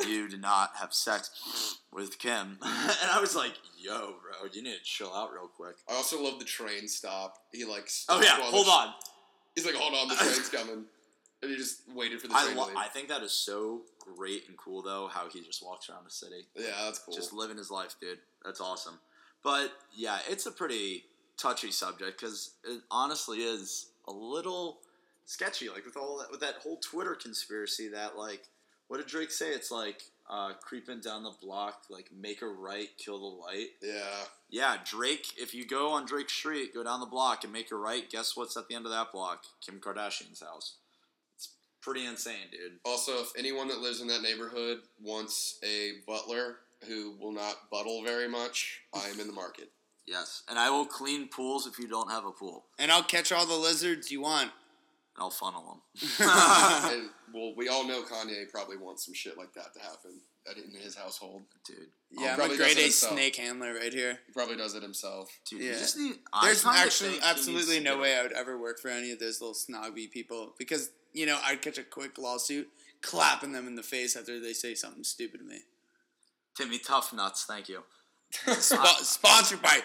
C: you did not have sex with Kim. and I was like, yo, bro, you need to chill out real quick.
A: I also love the train stop. He like.
C: Oh
A: stopped
C: yeah,
A: while the
C: hold
A: tr-
C: on.
A: He's like, hold on, the train's coming, and he just waited for the train.
C: I
A: to
C: lo-
A: leave.
C: I think that is so great and cool though how he just walks around the city,
A: yeah, that's cool.
C: just living his life, dude. That's awesome. But yeah, it's a pretty touchy subject because it honestly is a little sketchy. Like with all that, with that whole Twitter conspiracy that like, what did Drake say? It's like uh, creeping down the block, like make a right, kill the light.
A: yeah,
C: Yeah, Drake. If you go on Drake Street, go down the block and make a right. Guess what's at the end of that block? Kim Kardashian's house. It's pretty insane, dude.
A: Also, if anyone that lives in that neighborhood wants a butler who will not buttle very much, I am in the market.
C: Yes, and I will clean pools if you don't have a pool,
B: and I'll catch all the lizards you want.
C: and I'll funnel them.
A: and well, we all know Kanye probably wants some shit like that to happen in his household.
C: dude,
B: Yeah, I'm
A: probably
B: a grade
A: does it
B: A
A: himself.
B: snake handler right here.
A: He probably does it himself.
C: dude, you
B: Yeah.
C: just need.
B: There's
C: I kinda
B: actually
C: think he
B: absolutely
C: needs to
B: no
C: get-
B: way I would ever work for any of those little snobby people because you know I'd catch a quick lawsuit, clapping them in the face after they say something stupid to me.
C: Timmy Tough Nuts, thank you.
B: Spo- sponsored by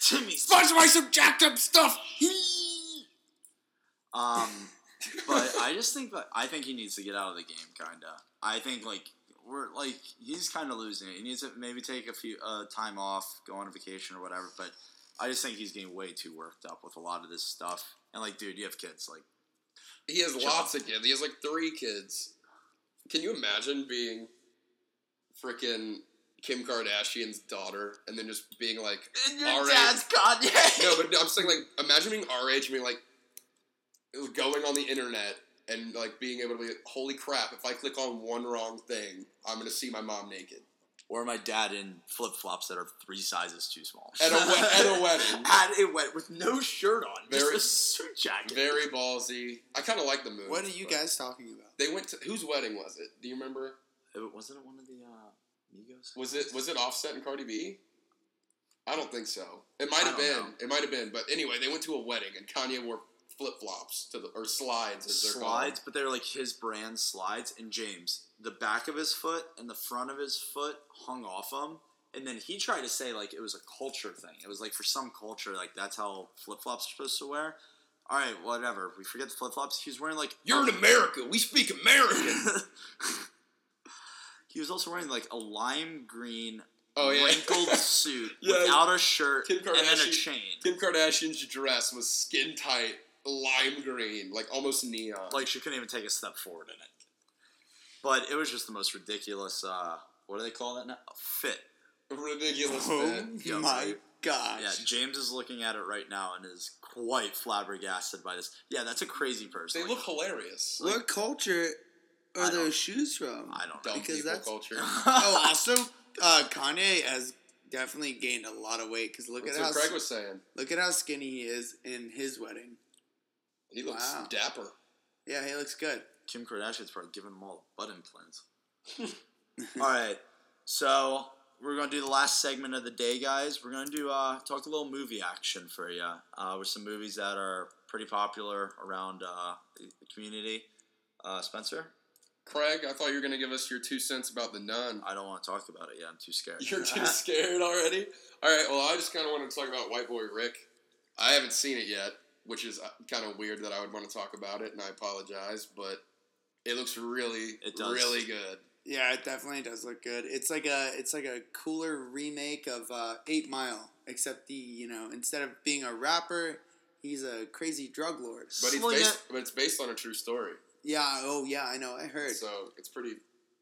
C: Timmy.
B: sponsored by some jacked up stuff.
C: Um, but I just think that I think he needs to get out of the game, kinda. I think like we're like he's kind of losing it. He needs to maybe take a few uh, time off, go on vacation or whatever. But I just think he's getting way too worked up with a lot of this stuff. And like, dude, you have kids, like.
A: He has
C: Child.
A: lots of kids. He has like three kids. Can you imagine being freaking Kim Kardashian's daughter and then just being like,
C: And your
A: All right.
C: dad's Kanye.
A: no, but I'm saying like, imagine being our age and being like, going on the internet and like being able to be like, holy crap, if I click on one wrong thing, I'm gonna see my mom naked
C: or my dad in flip flops that are three sizes too small.
A: at a, wed- at a wedding.
C: At a wed- with no shirt on, just
A: Very-
C: a suit jacket.
A: Very ballsy. I kind of like the move.
B: What are you
A: but-
B: guys talking about?
A: They went to whose wedding was it? Do you remember?
C: Uh, wasn't it one of the uh, Migos?
A: Was it was it Offset and Cardi B? I don't think so. It might
C: I
A: have
C: don't
A: been. It might have been. But anyway, they went to a wedding and Kanye wore flip flops to the or slides as they're
C: slides, but they're like his brand slides. And James, the back of his foot and the front of his foot hung off him. And then he tried to say like it was a culture thing. It was like for some culture, like that's how flip flops are supposed to wear. All right, whatever. We forget the flip flops. He was wearing like
A: called. You're in America. We speak American.
C: he was also wearing like a lime green
A: oh yeah.
C: wrinkled suit
A: Yeah.
C: without a shirt
A: Kim
C: and then a
A: Kardashian-
C: chain.
A: Kim Kardashian's dress was skin tight, lime green, like almost neon.
C: Like she couldn't even take a step forward in it. But it was just the most ridiculous. Uh, what do they call that now? Fit.
A: ridiculous
B: Oh
A: fit.
C: Yeah,
B: my
C: right.
B: gosh.
C: Yeah, James is looking at it right now and is quite flabbergasted by this. Yeah, that's a crazy person.
A: They look
C: Like,
A: hilarious.
B: what culture
C: I
B: are
C: don't-
B: those shoes from?
C: I don't know.
A: Dumb
B: because
A: people
B: that's-
A: culture.
B: oh, also, uh, Kanye has definitely gained a lot of weight because look
A: That's
B: at how
A: what Craig was saying.
B: look at how skinny he is in his wedding.
A: He looks
B: Wow.
A: dapper.
B: Yeah, he looks good.
C: Kim Kardashian's probably giving them all butt implants. all right, so we're gonna do the last segment of the day, guys. We're gonna do uh, talk a little movie action for you uh, with some movies that are pretty popular around uh, the the community. Uh, Spencer,
A: Craig, I thought you were gonna give us your two cents about the nun.
C: I don't want to talk about it yet. I'm too scared.
A: You're too scared already. All right. Well, I just kind of wanted to talk about White Boy Rick. I haven't seen it yet, which is kind of weird that I would want to talk about it, and I apologize, but it looks really,
C: It does.
A: really good.
B: Yeah, it definitely does look good. It's like a it's like a cooler remake of uh, Eight Mile, except the you know instead of being a rapper, he's a crazy drug lord.
A: But it's
C: Well,
A: based,
C: yeah.
A: but it's based on a true story,
B: yeah, oh yeah, I know, I heard.
A: so it's pretty,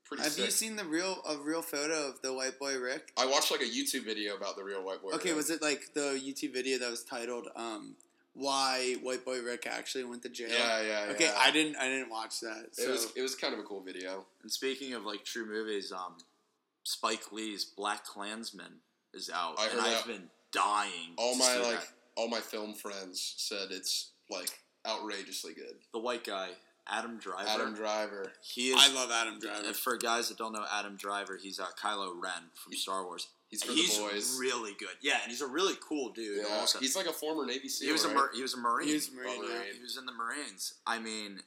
A: pretty.
B: Have
A: sick.
B: you seen the real a real photo of the white boy Rick?
A: I watched like a YouTube video about the real White Boy.
B: Okay,
A: Rick.
B: was it like the YouTube video that was titled um, "Why White Boy Rick Actually Went to Jail"?
A: Yeah, yeah.
B: Okay,
A: yeah.
B: I didn't I didn't watch that.
A: It
B: So
A: was it was kind of a cool video.
C: And speaking of like true movies, um, Spike Lee's Black Klansman is out,
A: I
C: and
A: heard that.
C: I've been dying.
A: All
C: to
A: my
C: see
A: like
C: that.
A: all my film friends said it's like outrageously good.
C: the white guy, Adam Driver.
A: Adam Driver.
C: he is.
B: I love Adam Driver.
C: and for guys that don't know Adam Driver, he's uh, Kylo Ren from Star Wars.
A: He's for
C: he's
A: the boys.
C: really good. Yeah, and he's a really cool dude.
A: Yeah,
C: also,
A: he's like a former Navy SEAL.
C: he was a
A: right?
C: mar- he was a Marine.
B: He was a Marine,
A: yeah.
C: He was in the Marines. I mean,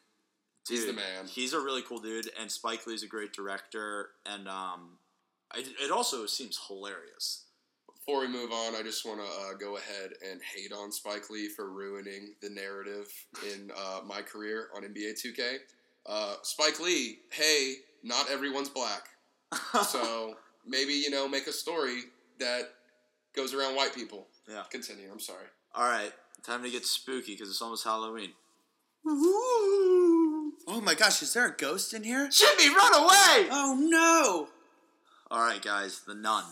C: dude,
A: He's the man.
C: He's a really cool dude, and Spike Lee's a great director. And um, I, it also seems hilarious.
A: Before we move on, I just want to uh, go ahead and hate on Spike Lee for ruining the narrative in uh, my career on NBA 2K. Uh, Spike Lee, hey, not everyone's black, so maybe you know make a story that goes around white people.
C: Yeah.
A: Continue. I'm sorry.
C: All right, time to get spooky because it's almost Halloween.
B: oh my gosh, is there a ghost in here?
C: Jimmy, run away!
B: Oh no!
C: All right, guys, The Nun.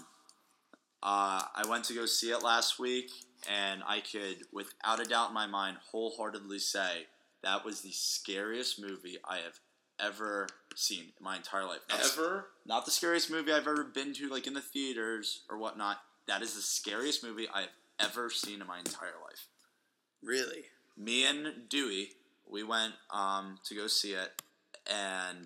C: Uh, I went to go see it last week, and I could, without a doubt in my mind, wholeheartedly say that was the scariest movie I have ever seen in my entire life. Not,
A: Ever?
C: not the scariest movie I've ever been to, like in the theaters or whatnot. That is the scariest movie I have ever seen in my entire life
B: Really?
C: me and Dewey, we went um, to go see it, and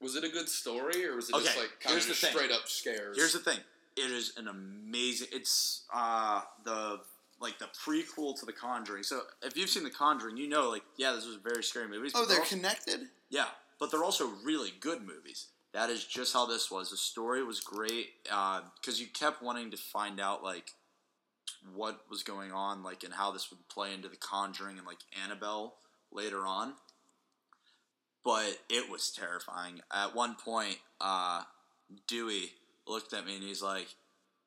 A: Was it a good story or was it just
C: Okay,
A: like kind
C: here's
A: of
C: the
A: just
C: thing.
A: straight up scares?
C: here's the thing: it is an amazing. It's uh, the like the prequel to The Conjuring. So if you've seen The Conjuring, you know, like, yeah, this was very scary movies.
B: Oh,
C: but they're
B: they're
C: also-
B: connected.
C: Yeah, but they're also really good movies. That is just how this was. The story was great because you kept wanting to find out like what was going on, like and how this would play into The Conjuring and like Annabelle later on. But it was terrifying. At one point, uh, Dewey looked at me and he's like,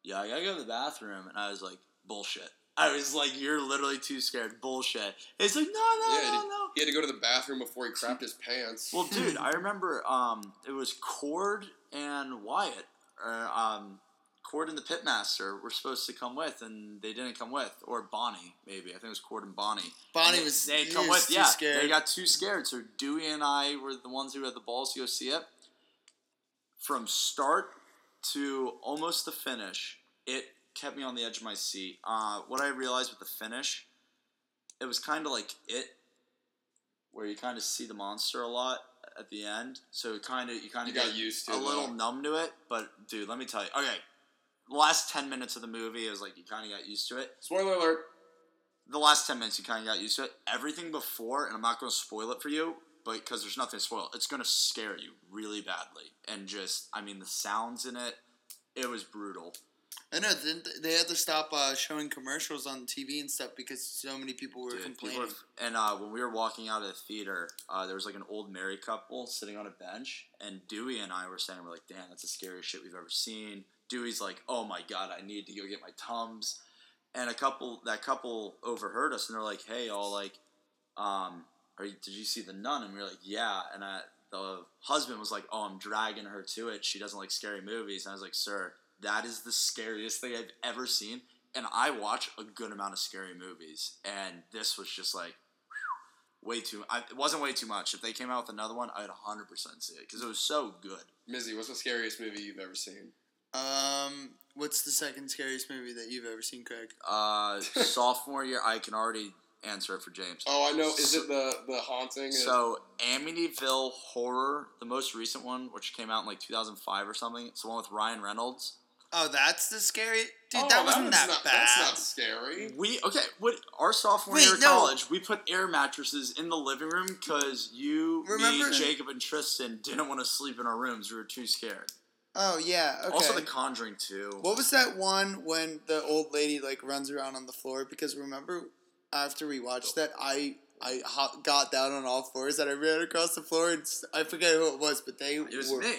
C: "Yeah, I gotta go to the bathroom," and I was like, "Bullshit." I was like, "You're literally too scared. Bullshit." It's like, "No, no,
A: Yeah, it
C: no,
A: is.
C: no."
A: He had to go to the bathroom before he crapped his pants.
C: Well, dude, I remember um, it was Cord and Wyatt, or um, Cord and the Pitmaster were supposed to come with, and they didn't come with, or Bonnie maybe. I think it was Cord and Bonnie.
B: Bonnie
C: And
B: was
C: they
B: he
C: come
B: was
C: with,
B: too
C: yeah.
B: scared.
C: They got too scared, so Dewey and I were the ones who had the balls to go see it. From start to almost the finish, it kept me on the edge of my seat. Uh, what I realized with the finish, it was kind of like it, where you kind of see the monster a lot at the end. So it kind of you kind
A: you
C: of
A: got used to
C: a
A: it,
C: little
A: though.
C: numb to it. But dude, let me tell you. Okay, the last ten minutes of the movie, it was like you kind of got used to it.
A: Spoiler alert.
C: the last 10 minutes you kind of got used to it. Everything before, and I'm not going to spoil it for you, but because there's nothing to spoil, it's going to scare you really badly. And just, I mean, the sounds in it, it was brutal.
B: I know. Didn't th- they had to stop uh, showing commercials on TV and stuff because so many people were
C: Dude, people
B: complaining.
C: are- and uh, when we were walking out of the theater, uh, there was like an old married couple sitting on a bench, and Dewey and I were saying, "We're like, damn, that's the scariest shit we've ever seen." Dewey's like, "Oh my god, I need to go get my tums," and a couple that couple overheard us, and they're like, "Hey, all like, um, are you, did you see the nun?" And we were like, "Yeah," and I, the husband was like, "Oh, I'm dragging her to it. She doesn't like scary movies," and I was like, "Sir." That is the scariest thing I've ever seen and I watch a good amount of scary movies, and this was just like way too. I, it wasn't way too much. If they came out with another one, I'd hundred percent see it because it was so good.
A: Mizzy, what's the scariest movie you've ever seen?
B: Um, what's the second scariest movie that you've ever seen, Craig?
C: Uh, sophomore year, I can already answer it for James.
A: Oh, I know. Is it the the haunting?
C: So Amityville Horror, the most recent one, which came out in like two thousand five or something. It's the one with Ryan Reynolds.
B: Oh, that's the scary. Dude,
A: Oh,
B: that wasn't
A: one's
B: that
A: not-
B: bad.
A: That's not scary.
C: We okay. What our sophomore
B: Wait,
C: year of
B: no.
C: college, we put air mattresses in the living room because you,
B: Remember-
C: me, Jacob, and Tristan didn't want to sleep in our rooms. We were too scared.
B: Oh yeah. Okay.
C: Also, The Conjuring Two.
B: What was that one when the old lady like runs around on the floor? Because remember, after we watched that, I I ho- got down on all fours and I ran across the floor and s- I forget who it was, but they
C: It was
B: were
C: me.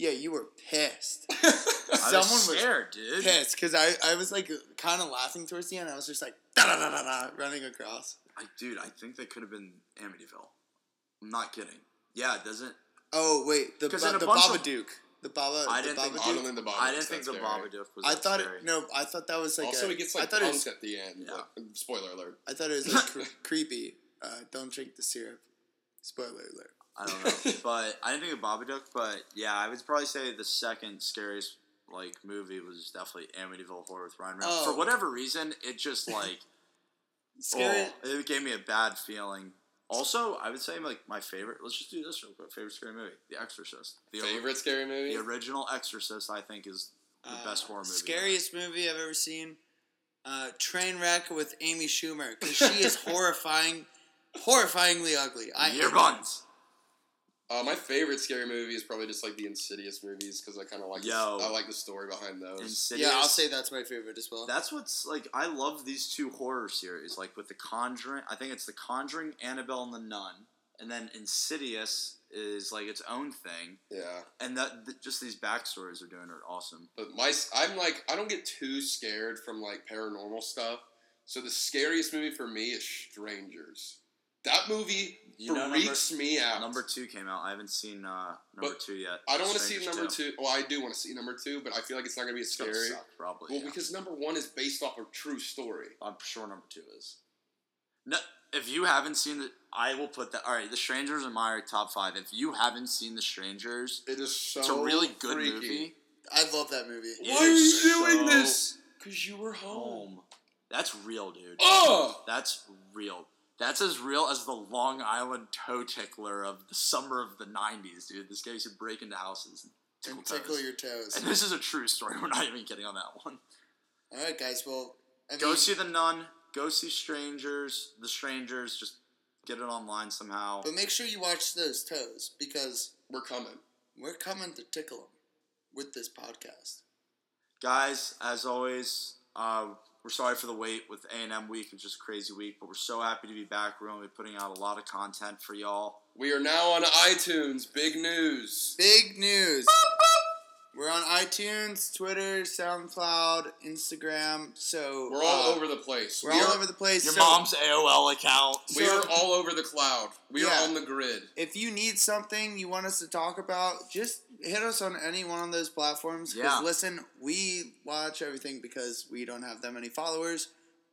B: yeah, you were pissed,
C: I
B: Someone was
C: was scared, dude.
B: pissed because I I was like kind of laughing towards the end. I was just like da da da da da running across.
C: I, dude, I think they could have been Amityville. I'm not kidding. Yeah, it doesn't.
B: Oh wait, the
C: 'Cause
B: ba-
C: in a
B: the
C: bunch of-
B: Babadook, the Baba.
C: I
B: Uh, the
C: didn't think-
B: Babadook.
A: Oddly, the Babadook's
C: I didn't
A: not
C: think the
A: scary.
C: Babadook was.
B: I
C: that
B: thought
C: scary.
B: it, no, I thought that was like
A: also,
B: a-
A: he gets
B: I
A: like
B: thought it was
A: punked at the end.
C: Yeah.
A: like- spoiler alert.
B: I thought it was like cre- creepy. Uh, don't drink the syrup. Spoiler alert.
C: I don't know, but I didn't think of Babadook. But yeah, I would probably say the second scariest like movie was definitely Amityville Horror with Ryan Reynolds.
B: Oh.
C: For whatever reason, it just like
B: Scary.
C: oh, it gave me a bad feeling. Also, I would say like my favorite. Let's just do this real quick. Favorite scary movie: The Exorcist. The
A: Favorite scary movie?
C: The original Exorcist, I think, is the best horror movie.
B: uh, Scariest movie I've ever seen. Uh, Trainwreck with Amy Schumer because she is horrifying, horrifyingly ugly. I hate
C: Year
B: her.
C: buns.
A: Uh, my favorite scary movie is probably just like the Insidious movies because I kind of like the-
C: Yo.
A: I like the story behind those.
C: Insidious.
B: Yeah, I'll say that's my favorite as well.
C: That's what's like. I love these two horror series, like with The Conjuring. I think it's The Conjuring, Annabelle, and The Nun, and then Insidious is like its own thing.
A: yeah,
C: And that th- just these backstories are doing are awesome.
A: but my s- I'm like I don't get too scared from like paranormal stuff. So the scariest movie for me is Strangers. That movie
C: You know, number-
A: freaks me out.
C: Number two came out. I haven't seen uh, number
A: But
C: two yet.
A: I don't want to see
C: Strangers
A: number two. Well, I do want to see number two, but I feel like it's not gonna be as
C: It's gonna
A: scary.
C: suck, probably.
A: Well,
C: yeah.
A: because number one is based off a true story.
C: I'm sure number two is. No, if you haven't seen the, I will put that. All right, The Strangers are my top five. If you haven't seen The Strangers,
A: It is so
C: it's a really good
A: freaky.
C: movie.
B: I love that movie.
C: It
A: Why are
C: is
A: you doing
C: so
A: this? Cause you were
B: Oh.
A: home.
C: Home. That's real, dude.
A: Oh,
C: That's real. That's as real as the Long Island toe tickler of the summer of the '90s, dude. This guy used to break into houses and tickle
B: And tickle
C: toes.
B: your toes.
C: and this is a true story. We're not even kidding on that one.
B: All right, guys. Well, I
C: Go
B: mean,
C: see The Nun. Go see Strangers. The Strangers. Just get it online somehow.
B: but make sure you watch those toes because
A: we're coming.
B: we're coming to tickle them with this podcast.
C: guys as always uh, we're sorry for the wait with a&m week it's just a crazy week but we're so happy to be back we're going to be putting out a lot of content for y'all
A: We are now on iTunes. Big news.
B: Big news. We're on iTunes, Twitter, SoundCloud, Instagram. So
A: We're all
B: uh,
A: over the place.
B: We're
A: we
B: all
A: are,
B: over the place.
C: your
B: so-
C: mom's aol account
A: we
B: so-
A: are all over the cloud. We
B: Yeah.
A: are on the grid.
B: if you need something you want us to talk about, just hit us on any one of those platforms.
C: Yeah.
B: Because listen, we watch everything because we don't have that many followers.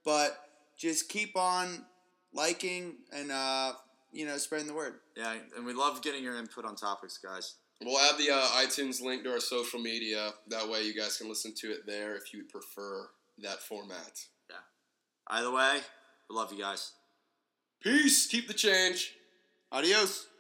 B: But just keep on liking and uh, you know spreading the word.
C: yeah and we love getting your input on topics guys
A: We'll add the uh, iTunes link to our social media. That way, you guys can listen to it there if you prefer that format.
C: either way we love you guys
A: Peace. Keep the change.
B: Adios.